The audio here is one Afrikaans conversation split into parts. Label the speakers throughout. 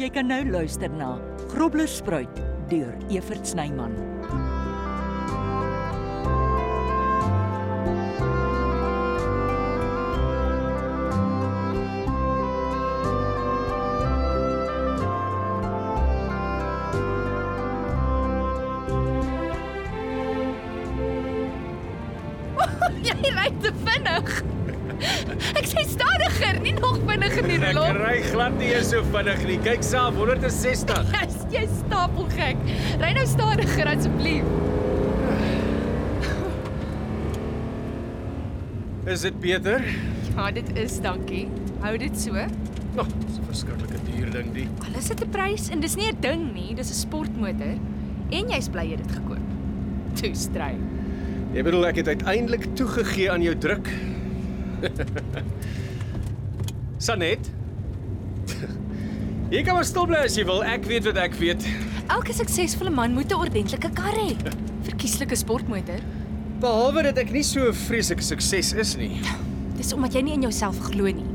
Speaker 1: Jy kan nou luister na Groblerspruit deur Evert Snyman.
Speaker 2: Jy ry te vinnig. Ek sê stadiger, nie nog vinniger nie,
Speaker 3: Ek
Speaker 2: Rolf.
Speaker 3: ry glad nie eens so vinnig nie. Kyk self, 160.
Speaker 2: Yes, jy stapel gek. Ry nou stadiger asseblief.
Speaker 3: Is dit beter?
Speaker 2: Ja, dit is dankie. Hou dit so.
Speaker 3: Nog, oh, dis 'n verskriklike duur ding die.
Speaker 2: Alles het 'n prys en dis nie 'n ding nie, dis 'n sportmotor en jy's bly jy het dit gekoop. Toe stry.
Speaker 3: Jy bedoel ek het uiteindelik toegegee aan jou druk. Sanet. Jy kan maar stil bly as jy wil. Ek weet wat ek weet.
Speaker 2: Elke suksesvolle man moet 'n ordentlike kar hê. Verkieslike sportmotor.
Speaker 3: Behalwe dat ek nie so 'n vreeslike sukses is nie.
Speaker 2: Dis omdat jy nie in jouself glo nie.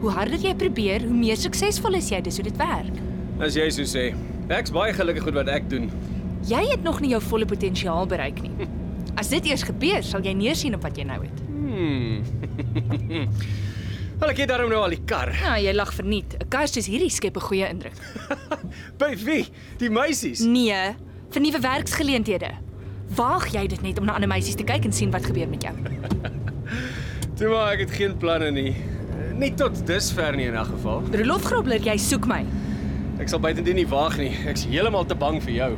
Speaker 2: Hoe harder jy probeer, hoe meer suksesvol is jy, dis hoe dit werk.
Speaker 3: As jy so sê. Ek's baie gelukkig met wat ek doen.
Speaker 2: Jy het nog nie jou volle potensiaal bereik nie. As dit eers gebeur, sal jy neersien op wat jy nou het.
Speaker 3: Hmm. Wel ek het daarom nou al die kar.
Speaker 2: Ja, jy lag verniet. 'n Kar soos hierdie skep 'n goeie indruk.
Speaker 3: By wie? Die meisies.
Speaker 2: Nee, vir nuwe werksgeleenthede. Waag jy dit net om na ander meisies te kyk en sien wat gebeur met jou.
Speaker 3: Toe maar ek het geen planne nie. Eh, Nie tot dusver nie in 'n geval.
Speaker 2: Rolof Grobler, jy soek my.
Speaker 3: Ek sal buitendien nie waag nie. Ek's heeltemal te bang vir jou.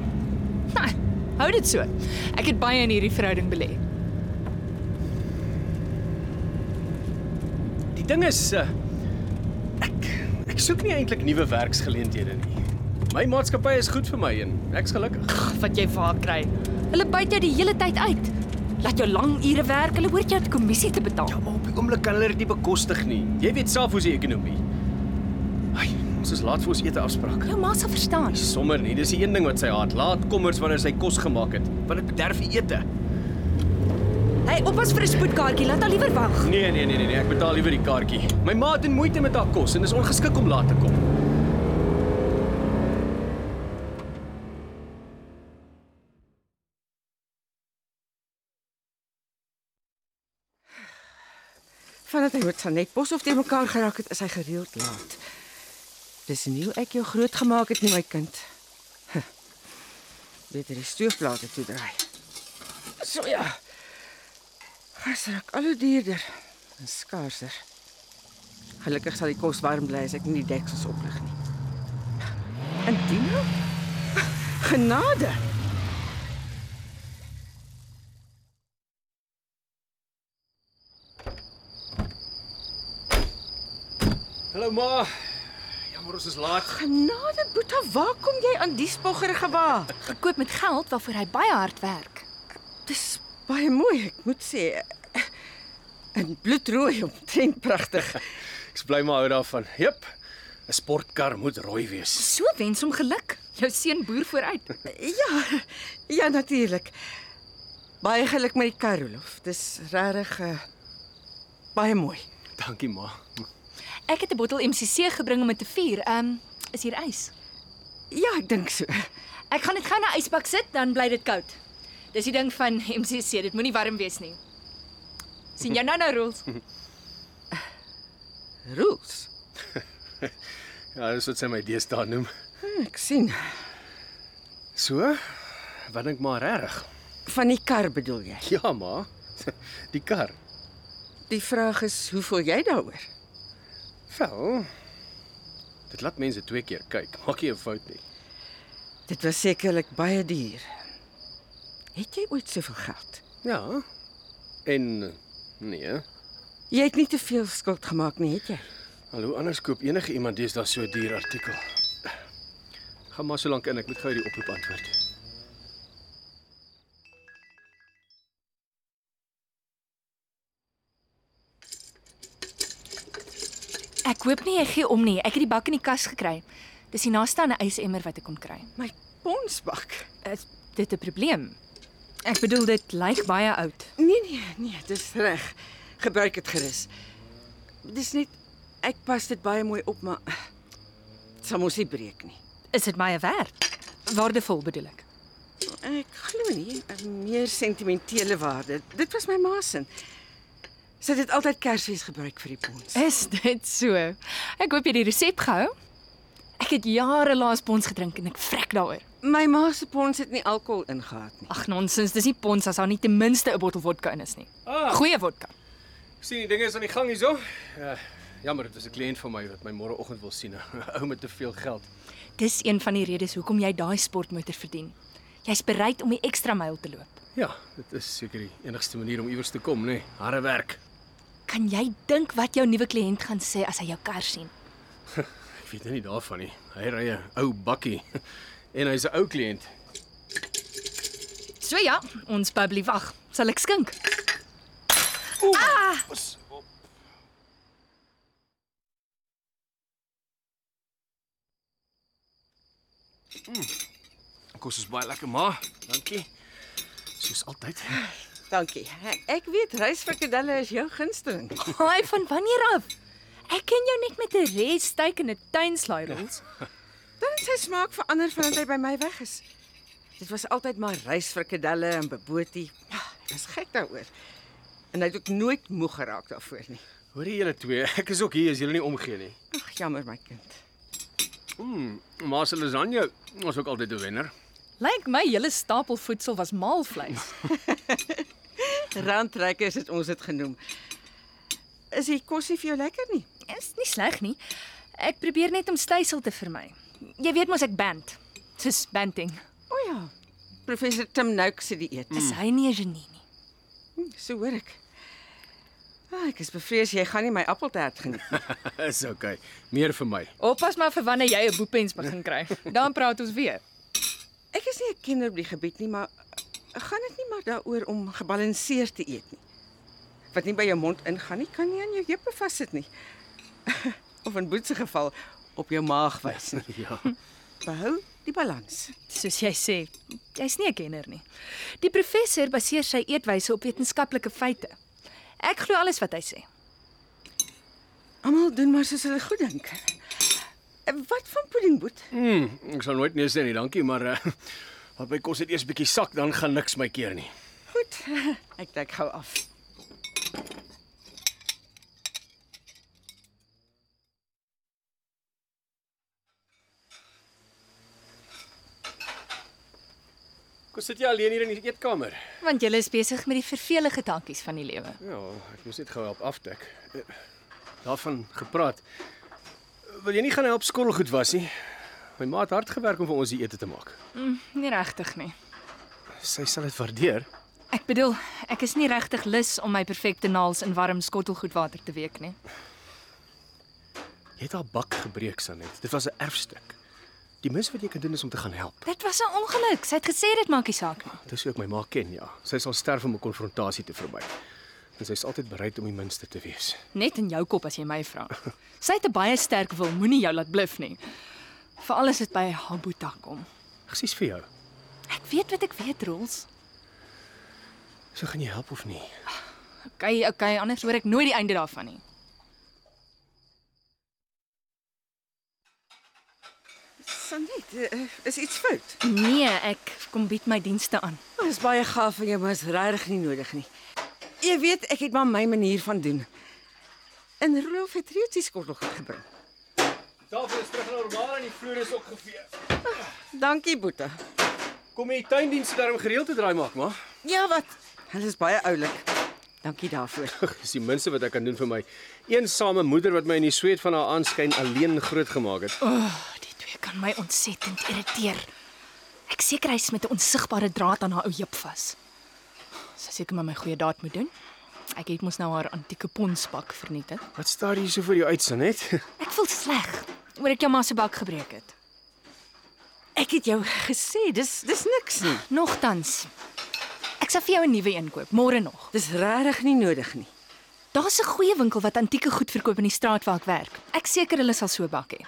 Speaker 2: Nou, hou dit so. Ek het baie in hierdie verhouding belê.
Speaker 3: Die ding is eh, ek ek soek nie eintlik nuwe werksgeleenthede nie. My maatskappy is goed vir my en ek's gelukkig.
Speaker 2: Ag, Wat jy vaar kry. Hulle byt jou die hele tyd uit. Laat jou lang ure werk. Hulle hoort jou te kommissie te betaal.
Speaker 3: Maar op die oomblik kan hulle dit nie bekostig nie. Jy weet self hoe se ekonomie. Ai, ons is laat vir ons ete afspraak.
Speaker 2: Jou ma sal verstaan.
Speaker 3: Nie sommer nie, dis die een ding wat sy haat. Laat kommers wanneer sy kos gemaak het, want dit bederf die ete.
Speaker 2: Hey, oppas vir 'n spoedkaartjie. Laat haar liewer wag.
Speaker 3: Nee, nee, nee, nee, nee, ek betaal liewer die kaartjie. My ma het in moeite met haar kos en is ongeskik om laat te kom.
Speaker 4: Vandat hy met Sanet Boshoff te mekaar geraak het, is hy gereeld laat. Dis nie hoe ek jou grootgemaak het nie, my kind. Huh. Beter die stoofplate toe draai. So ja. Gas raak al hoe duurder en skaarser. Gelukkig sal die kos warm bly as ek nie die deksels oplig nie. En Dino? Genade.
Speaker 3: Hallo ma. Jammer ons is laat.
Speaker 4: Genade, Boeta, waar kom jy aan die spoggerige wa?
Speaker 2: Gekoop met geld waarvoor hy baie hard werk.
Speaker 4: Dis baie mooi, ek moet sê. En bloedrooi omtrent pragtig.
Speaker 3: Ek's bly maar hou daarvan. Jep. 'n Sportkar moet rooi wees.
Speaker 2: So wens hom geluk. Jou seun boer vooruit.
Speaker 4: Ja. Ja natuurlik. Baie geluk met die Karolof. Dis regtig uh, baie mooi.
Speaker 3: Dankie ma.
Speaker 2: Ek het 'n bottel MCC gebring om dit te vier. Ehm, um, is hier ys?
Speaker 4: Ja, ek dink so.
Speaker 2: Ek gaan dit gou na ysbak sit, dan bly dit koud. Dis die ding van MCC, dit moenie warm wees nie. sien jou nou nou rules.
Speaker 4: Roos.
Speaker 3: Ja, dis wat sy my deesdae noem.
Speaker 4: Hm, ek sien.
Speaker 3: So? Wat dink maar reg?
Speaker 4: Van die kar bedoel jy?
Speaker 3: Ja ma. Die kar.
Speaker 4: Die vraag is, hoe voel jy daaroor?
Speaker 3: Wel. Dit laat mense twee keer kyk. Maak nie 'n fout nie.
Speaker 4: Dit was sekerlik baie duur. Het jy ooit soveel geld?
Speaker 3: Ja. En nee.
Speaker 4: Jy het nie te veel skuld gemaak nie, het jy?
Speaker 3: Hallo, anders koop enige iemand deesdae so 'n duur artikel. Gaan maar so lank in, ek moet gou die oproep antwoord.
Speaker 2: Ek hoop nie jy gee om nie. Ek het die bak in die kas gekry. Dis die naaste aan 'n ysemmer wat ek kon kry.
Speaker 4: My ponsbak.
Speaker 2: Is dit 'n probleem? Ek bedoel dit lyk baie oud.
Speaker 4: Nee nee nee, dis reg. Gebruik dit gerus. Dis net ek pas dit baie mooi op, maar dit sal mos nie breek nie.
Speaker 2: Is dit baie werd? Waardevol bedoel ek.
Speaker 4: Ek glo nie 'n meer sentimentele waarde. Dit was my ma se. Sy het dit altyd Kersfees gebruik vir die pons.
Speaker 2: Is dit so? Ek hoop jy het die resep gehou. Ek het jare laas pons gedrink en ek vrek daaroor.
Speaker 4: My ma se pons het nie alkohol ingehaat nie.
Speaker 2: Ag nonsens, dis nie pons as daar nie ten minste 'n bottel vodka in is nie.
Speaker 3: Ah.
Speaker 2: Goeie vodka.
Speaker 3: Sien, die dinge is aan die gang hierso. Uh, jammer, dit is 'n kliënt van my wat my môreoggend wil sien. 'n Ou met te veel geld.
Speaker 2: Dis een van die redes hoekom jy daai sportmotor verdien. Jy's bereid om die ekstra myl te loop.
Speaker 3: Ja, dit is seker die enigste manier om iewers te kom, nê? Nee. Harde werk.
Speaker 2: Kan jy dink wat jou nuwe kliënt gaan sê as hy jou kar sien?
Speaker 3: Ek weet nou nie daarvan nie. Hy ry 'n ou bakkie en hy's 'n ou kliënt.
Speaker 2: So ja, ons bubbly wag. Sal ek skink?
Speaker 3: Pas op. Mm. Kos is baie lekker, ma. Dankie. Soos altyd.
Speaker 4: Dankie. Ek- Ek weet rysfrikadelle is jou gunsteling.
Speaker 2: Haai, van wanneer af? Ek ken jou net met 'n red steak en 'n tuinslaai rolls.
Speaker 4: Dan het sy smaak verander vandat hy by my weg is. Dit was altyd maar rysfrikadelle en bebotie. Ja, ek was gek daaroor. En hy het ook nooit moeg geraak daarvoor nie.
Speaker 3: Hoorie julle twee, ek is ook hier as julle nie omgee nie.
Speaker 4: Ag, jammer my kind.
Speaker 3: Mm, maar se lasagne was ook altyd 'n wenner.
Speaker 2: Lyk my hele stapel voedsel was maalvleis.
Speaker 4: Randtrekkers het ons dit genoem. Is die kos nie vir jou lekker nie?
Speaker 2: Is nie sleg nie. Ek probeer net om styfsel te vermy. Jy weet mos ek band. Dis banting.
Speaker 4: O ja. Mm. Professor Tim Nouk se dieet.
Speaker 2: Is hy nie 'n genie nie?
Speaker 4: Mm. So hoor ek. Ah, ek is bevrees jy gaan nie my appeltaart geniet nie.
Speaker 3: Is okay. Meer vir my.
Speaker 2: Oppas maar vir wanneer jy 'n boepens begin kry. Dan praat ons weer.
Speaker 4: Ek is nie 'n kenner op die gebied nie, maar eh, gaan dit nie maar daaroor om gebalanseerd te eet nie. Wat nie by jou mond ingaan nie, kan nie aan jou heupe vassit nie. of in boetse geval op jou maag wys nie.
Speaker 3: Ja.
Speaker 4: Behou die balans.
Speaker 2: Soos jy sê, jy's nie 'n kenner nie. Die professor baseer sy eetwyse op wetenskaplike feite. Ek glo alles wat hy sê.
Speaker 4: Almal doen maar soos hulle goed dink. Eh, Wat van puddingboet?
Speaker 3: Mm, ek sal nooit nee sê nie, dankie, maar uh, wat my kos het eers bietjie sak, dan gaan niks my keer nie.
Speaker 4: Goed. Ek dek gou af.
Speaker 3: Kom sit jy alleen hier in die eetkamer?
Speaker 2: Want jy is besig met die vervelige taakies van die lewe.
Speaker 3: Ja, ek moes net gou help afdek. Eh, Daarvan gepraat. Wil jy nie gaan help skottelgoed was nie? My ma het hard gewerk om vir ons die ete te maak.
Speaker 2: Mm, Nie regtig nie.
Speaker 3: Sy sal dit waardeer.
Speaker 2: Ek bedoel, ek is nie regtig lus om my perfekte naels in warm skottelgoedwater te week nie.
Speaker 3: Jy het haar bak gebreek, Sanet. Dit was 'n erfstuk. Die mis wat jy kan doen is om te gaan help.
Speaker 2: Dit was 'n ongeluk. Sy het gesê dit maak nie saak nie.
Speaker 3: Dis hoe ek my ma ken, ja. Sy sal sterf om 'n konfrontasie te vermy. En sy's altyd bereid om die minste te wees.
Speaker 2: Net in jou kop as jy my vra. Sy het 'n baie sterk wil, moenie jou laat bluf nie. Veral as dit by Habuta kom.
Speaker 3: Presies vir jou.
Speaker 2: Ek weet wat ek weet, Rolls.
Speaker 3: So gaan jy help of nie?
Speaker 2: Okay, okay, anders hoor ek nooit die einde daarvan nie.
Speaker 4: Sanet, eh, is iets fout?
Speaker 2: Nee, ek kom bied my dienste aan.
Speaker 4: Dit is baie gaaf van jou, maar is regtig nie nodig nie. Jy weet, ek het maar my manier van doen. En Rolf het reeds die skottelgoed gebring.
Speaker 3: Tafel is terug normaal en die vloer is ook gevee.
Speaker 4: Ah, Dankie, Boeta.
Speaker 3: Kom jy tuindienste daarom gereeld te draai maak, ma?
Speaker 4: Ja, wat? Hulle is baie oulik. Dankie daarvoor.
Speaker 3: Dis die minste wat ek kan doen vir my eensame moeder wat my in die sweet van haar aanskyn alleen grootgemaak het.
Speaker 2: Oh, die twee kan my ontsettend irriteer. Ek seker hy's met 'n onsigbare draad aan haar ou heup vas. Sy seker maar my goeie daad moet doen. Ek het mos nou haar antieke ponspak vernietig.
Speaker 3: Wat staar hier so vir jou uit, Sanet?
Speaker 2: Ek voel sleg oor ek jou ma se bak gebreek het.
Speaker 4: Ek het jou gesê, dis dis niks nie.
Speaker 2: Nogtans. Ek sal vir jou 'n nuwe een koop môre nog.
Speaker 4: Dis regtig nie nodig nie.
Speaker 2: Daar's 'n goeie winkel wat antieke goed verkoop in die straat waar ek werk. Ek seker hulle sal so bak hê.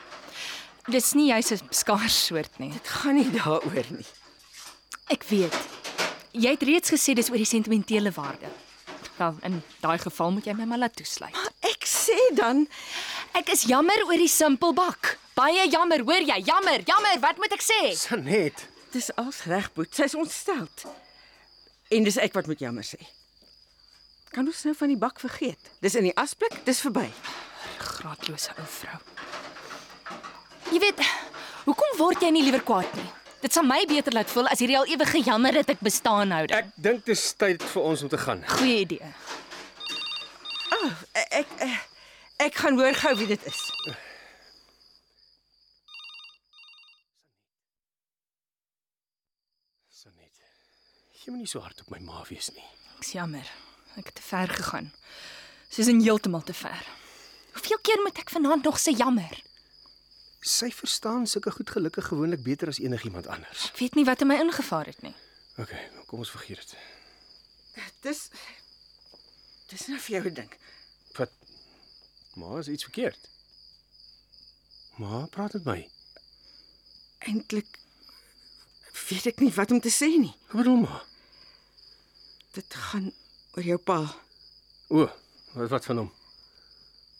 Speaker 2: Dis nie jy's 'n skaars soort nie.
Speaker 4: Dit gaan nie daaroor nie.
Speaker 2: Ek weet. Jy het reeds gesê dis oor die sentimentele waarde. Wel, in daai geval moet jy my maar laat toesluit.
Speaker 4: Ek sê Ah, dan,
Speaker 2: Ek is jammer oor die simpel bak. Baie jammer, hoor jy? Jammer, jammer. Wat moet ek sê?
Speaker 3: Sanet,
Speaker 4: Dis als reg, Boet. Sy's ontsteld. En dis ek wat moet jammer sê. Kan ons nou van die bak vergeet? Dis in die asblik, dis verby.
Speaker 2: Graatlose ou vrou. Jy weet, hoekom word jy nie liewer kwaad nie? Dit sal my beter laat voel as hierdie al ewige jammer dat ek bestaan hou.
Speaker 3: ek dink dis tyd vir ons om te gaan.
Speaker 2: Goeie idee.
Speaker 4: Ek ek, ek, ek gaan hoor gou wie dit is.
Speaker 3: Sanet. Jy moet nie so hard op my ma wees nie.
Speaker 2: Ek's jammer. Ek het te ver gegaan. Soos in heeltemal te ver. Hoeveel keer moet ek vanaand nog sê jammer?
Speaker 3: Sy verstaan sulke goed gelukkig gewoonlik beter as enigiemand anders.
Speaker 2: Ek weet nie wat in my ingevaar het nie.
Speaker 3: OK, nou kom ons vergeet dit.
Speaker 4: Dis Dis nou vir jou 'n ding.
Speaker 3: Wat? Ma, is iets verkeerd? Ma, praat met my.
Speaker 4: Eintlik weet ek nie wat om te sê nie.
Speaker 3: Wat bedoel ma?
Speaker 4: Dit gaan oor jou pa.
Speaker 3: O, wat wat van hom?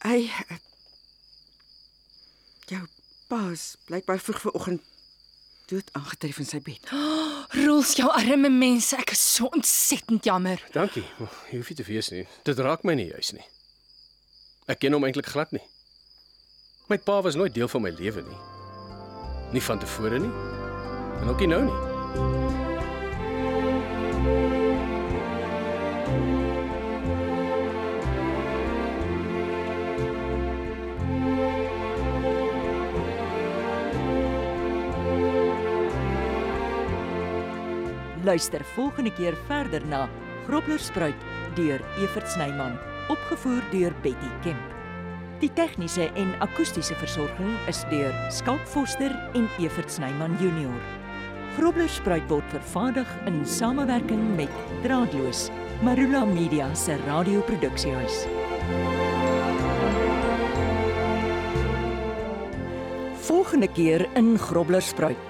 Speaker 4: Hy eh, jou pa is blykbaar vroeg vanoggend dood aangetref in sy bed.
Speaker 2: Roels jou arme mense, ek is so ontsettend jammer.
Speaker 3: Dankie. maar Jy hoef nie te wees nie. Dit raak my nie juis nie. Ek ken hom eintlik glad nie. My pa was nooit deel van my lewe nie. Nie van tevore nie. En ook nie nou nie.
Speaker 1: Luister volgende keer verder na Groblerspruit deur Evert Snyman, opgevoer deur Betty Kemp. Die tegniese en akoestiese versorging is deur Skalk Foster en Evert Snyman Junior. Groblerspruit word vervaardig in samewerking met Draadloos, Marula Media se radioproduksiehuis. Volgende keer in Groblerspruit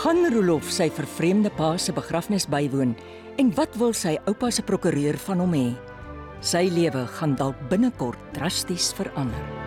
Speaker 1: Gaan Rolof sy vervreemde pa se begrafnis bywoon en wat wil sy oupa se prokureur van hom hê? Sy lewe gaan dalk binnekort drasties verander.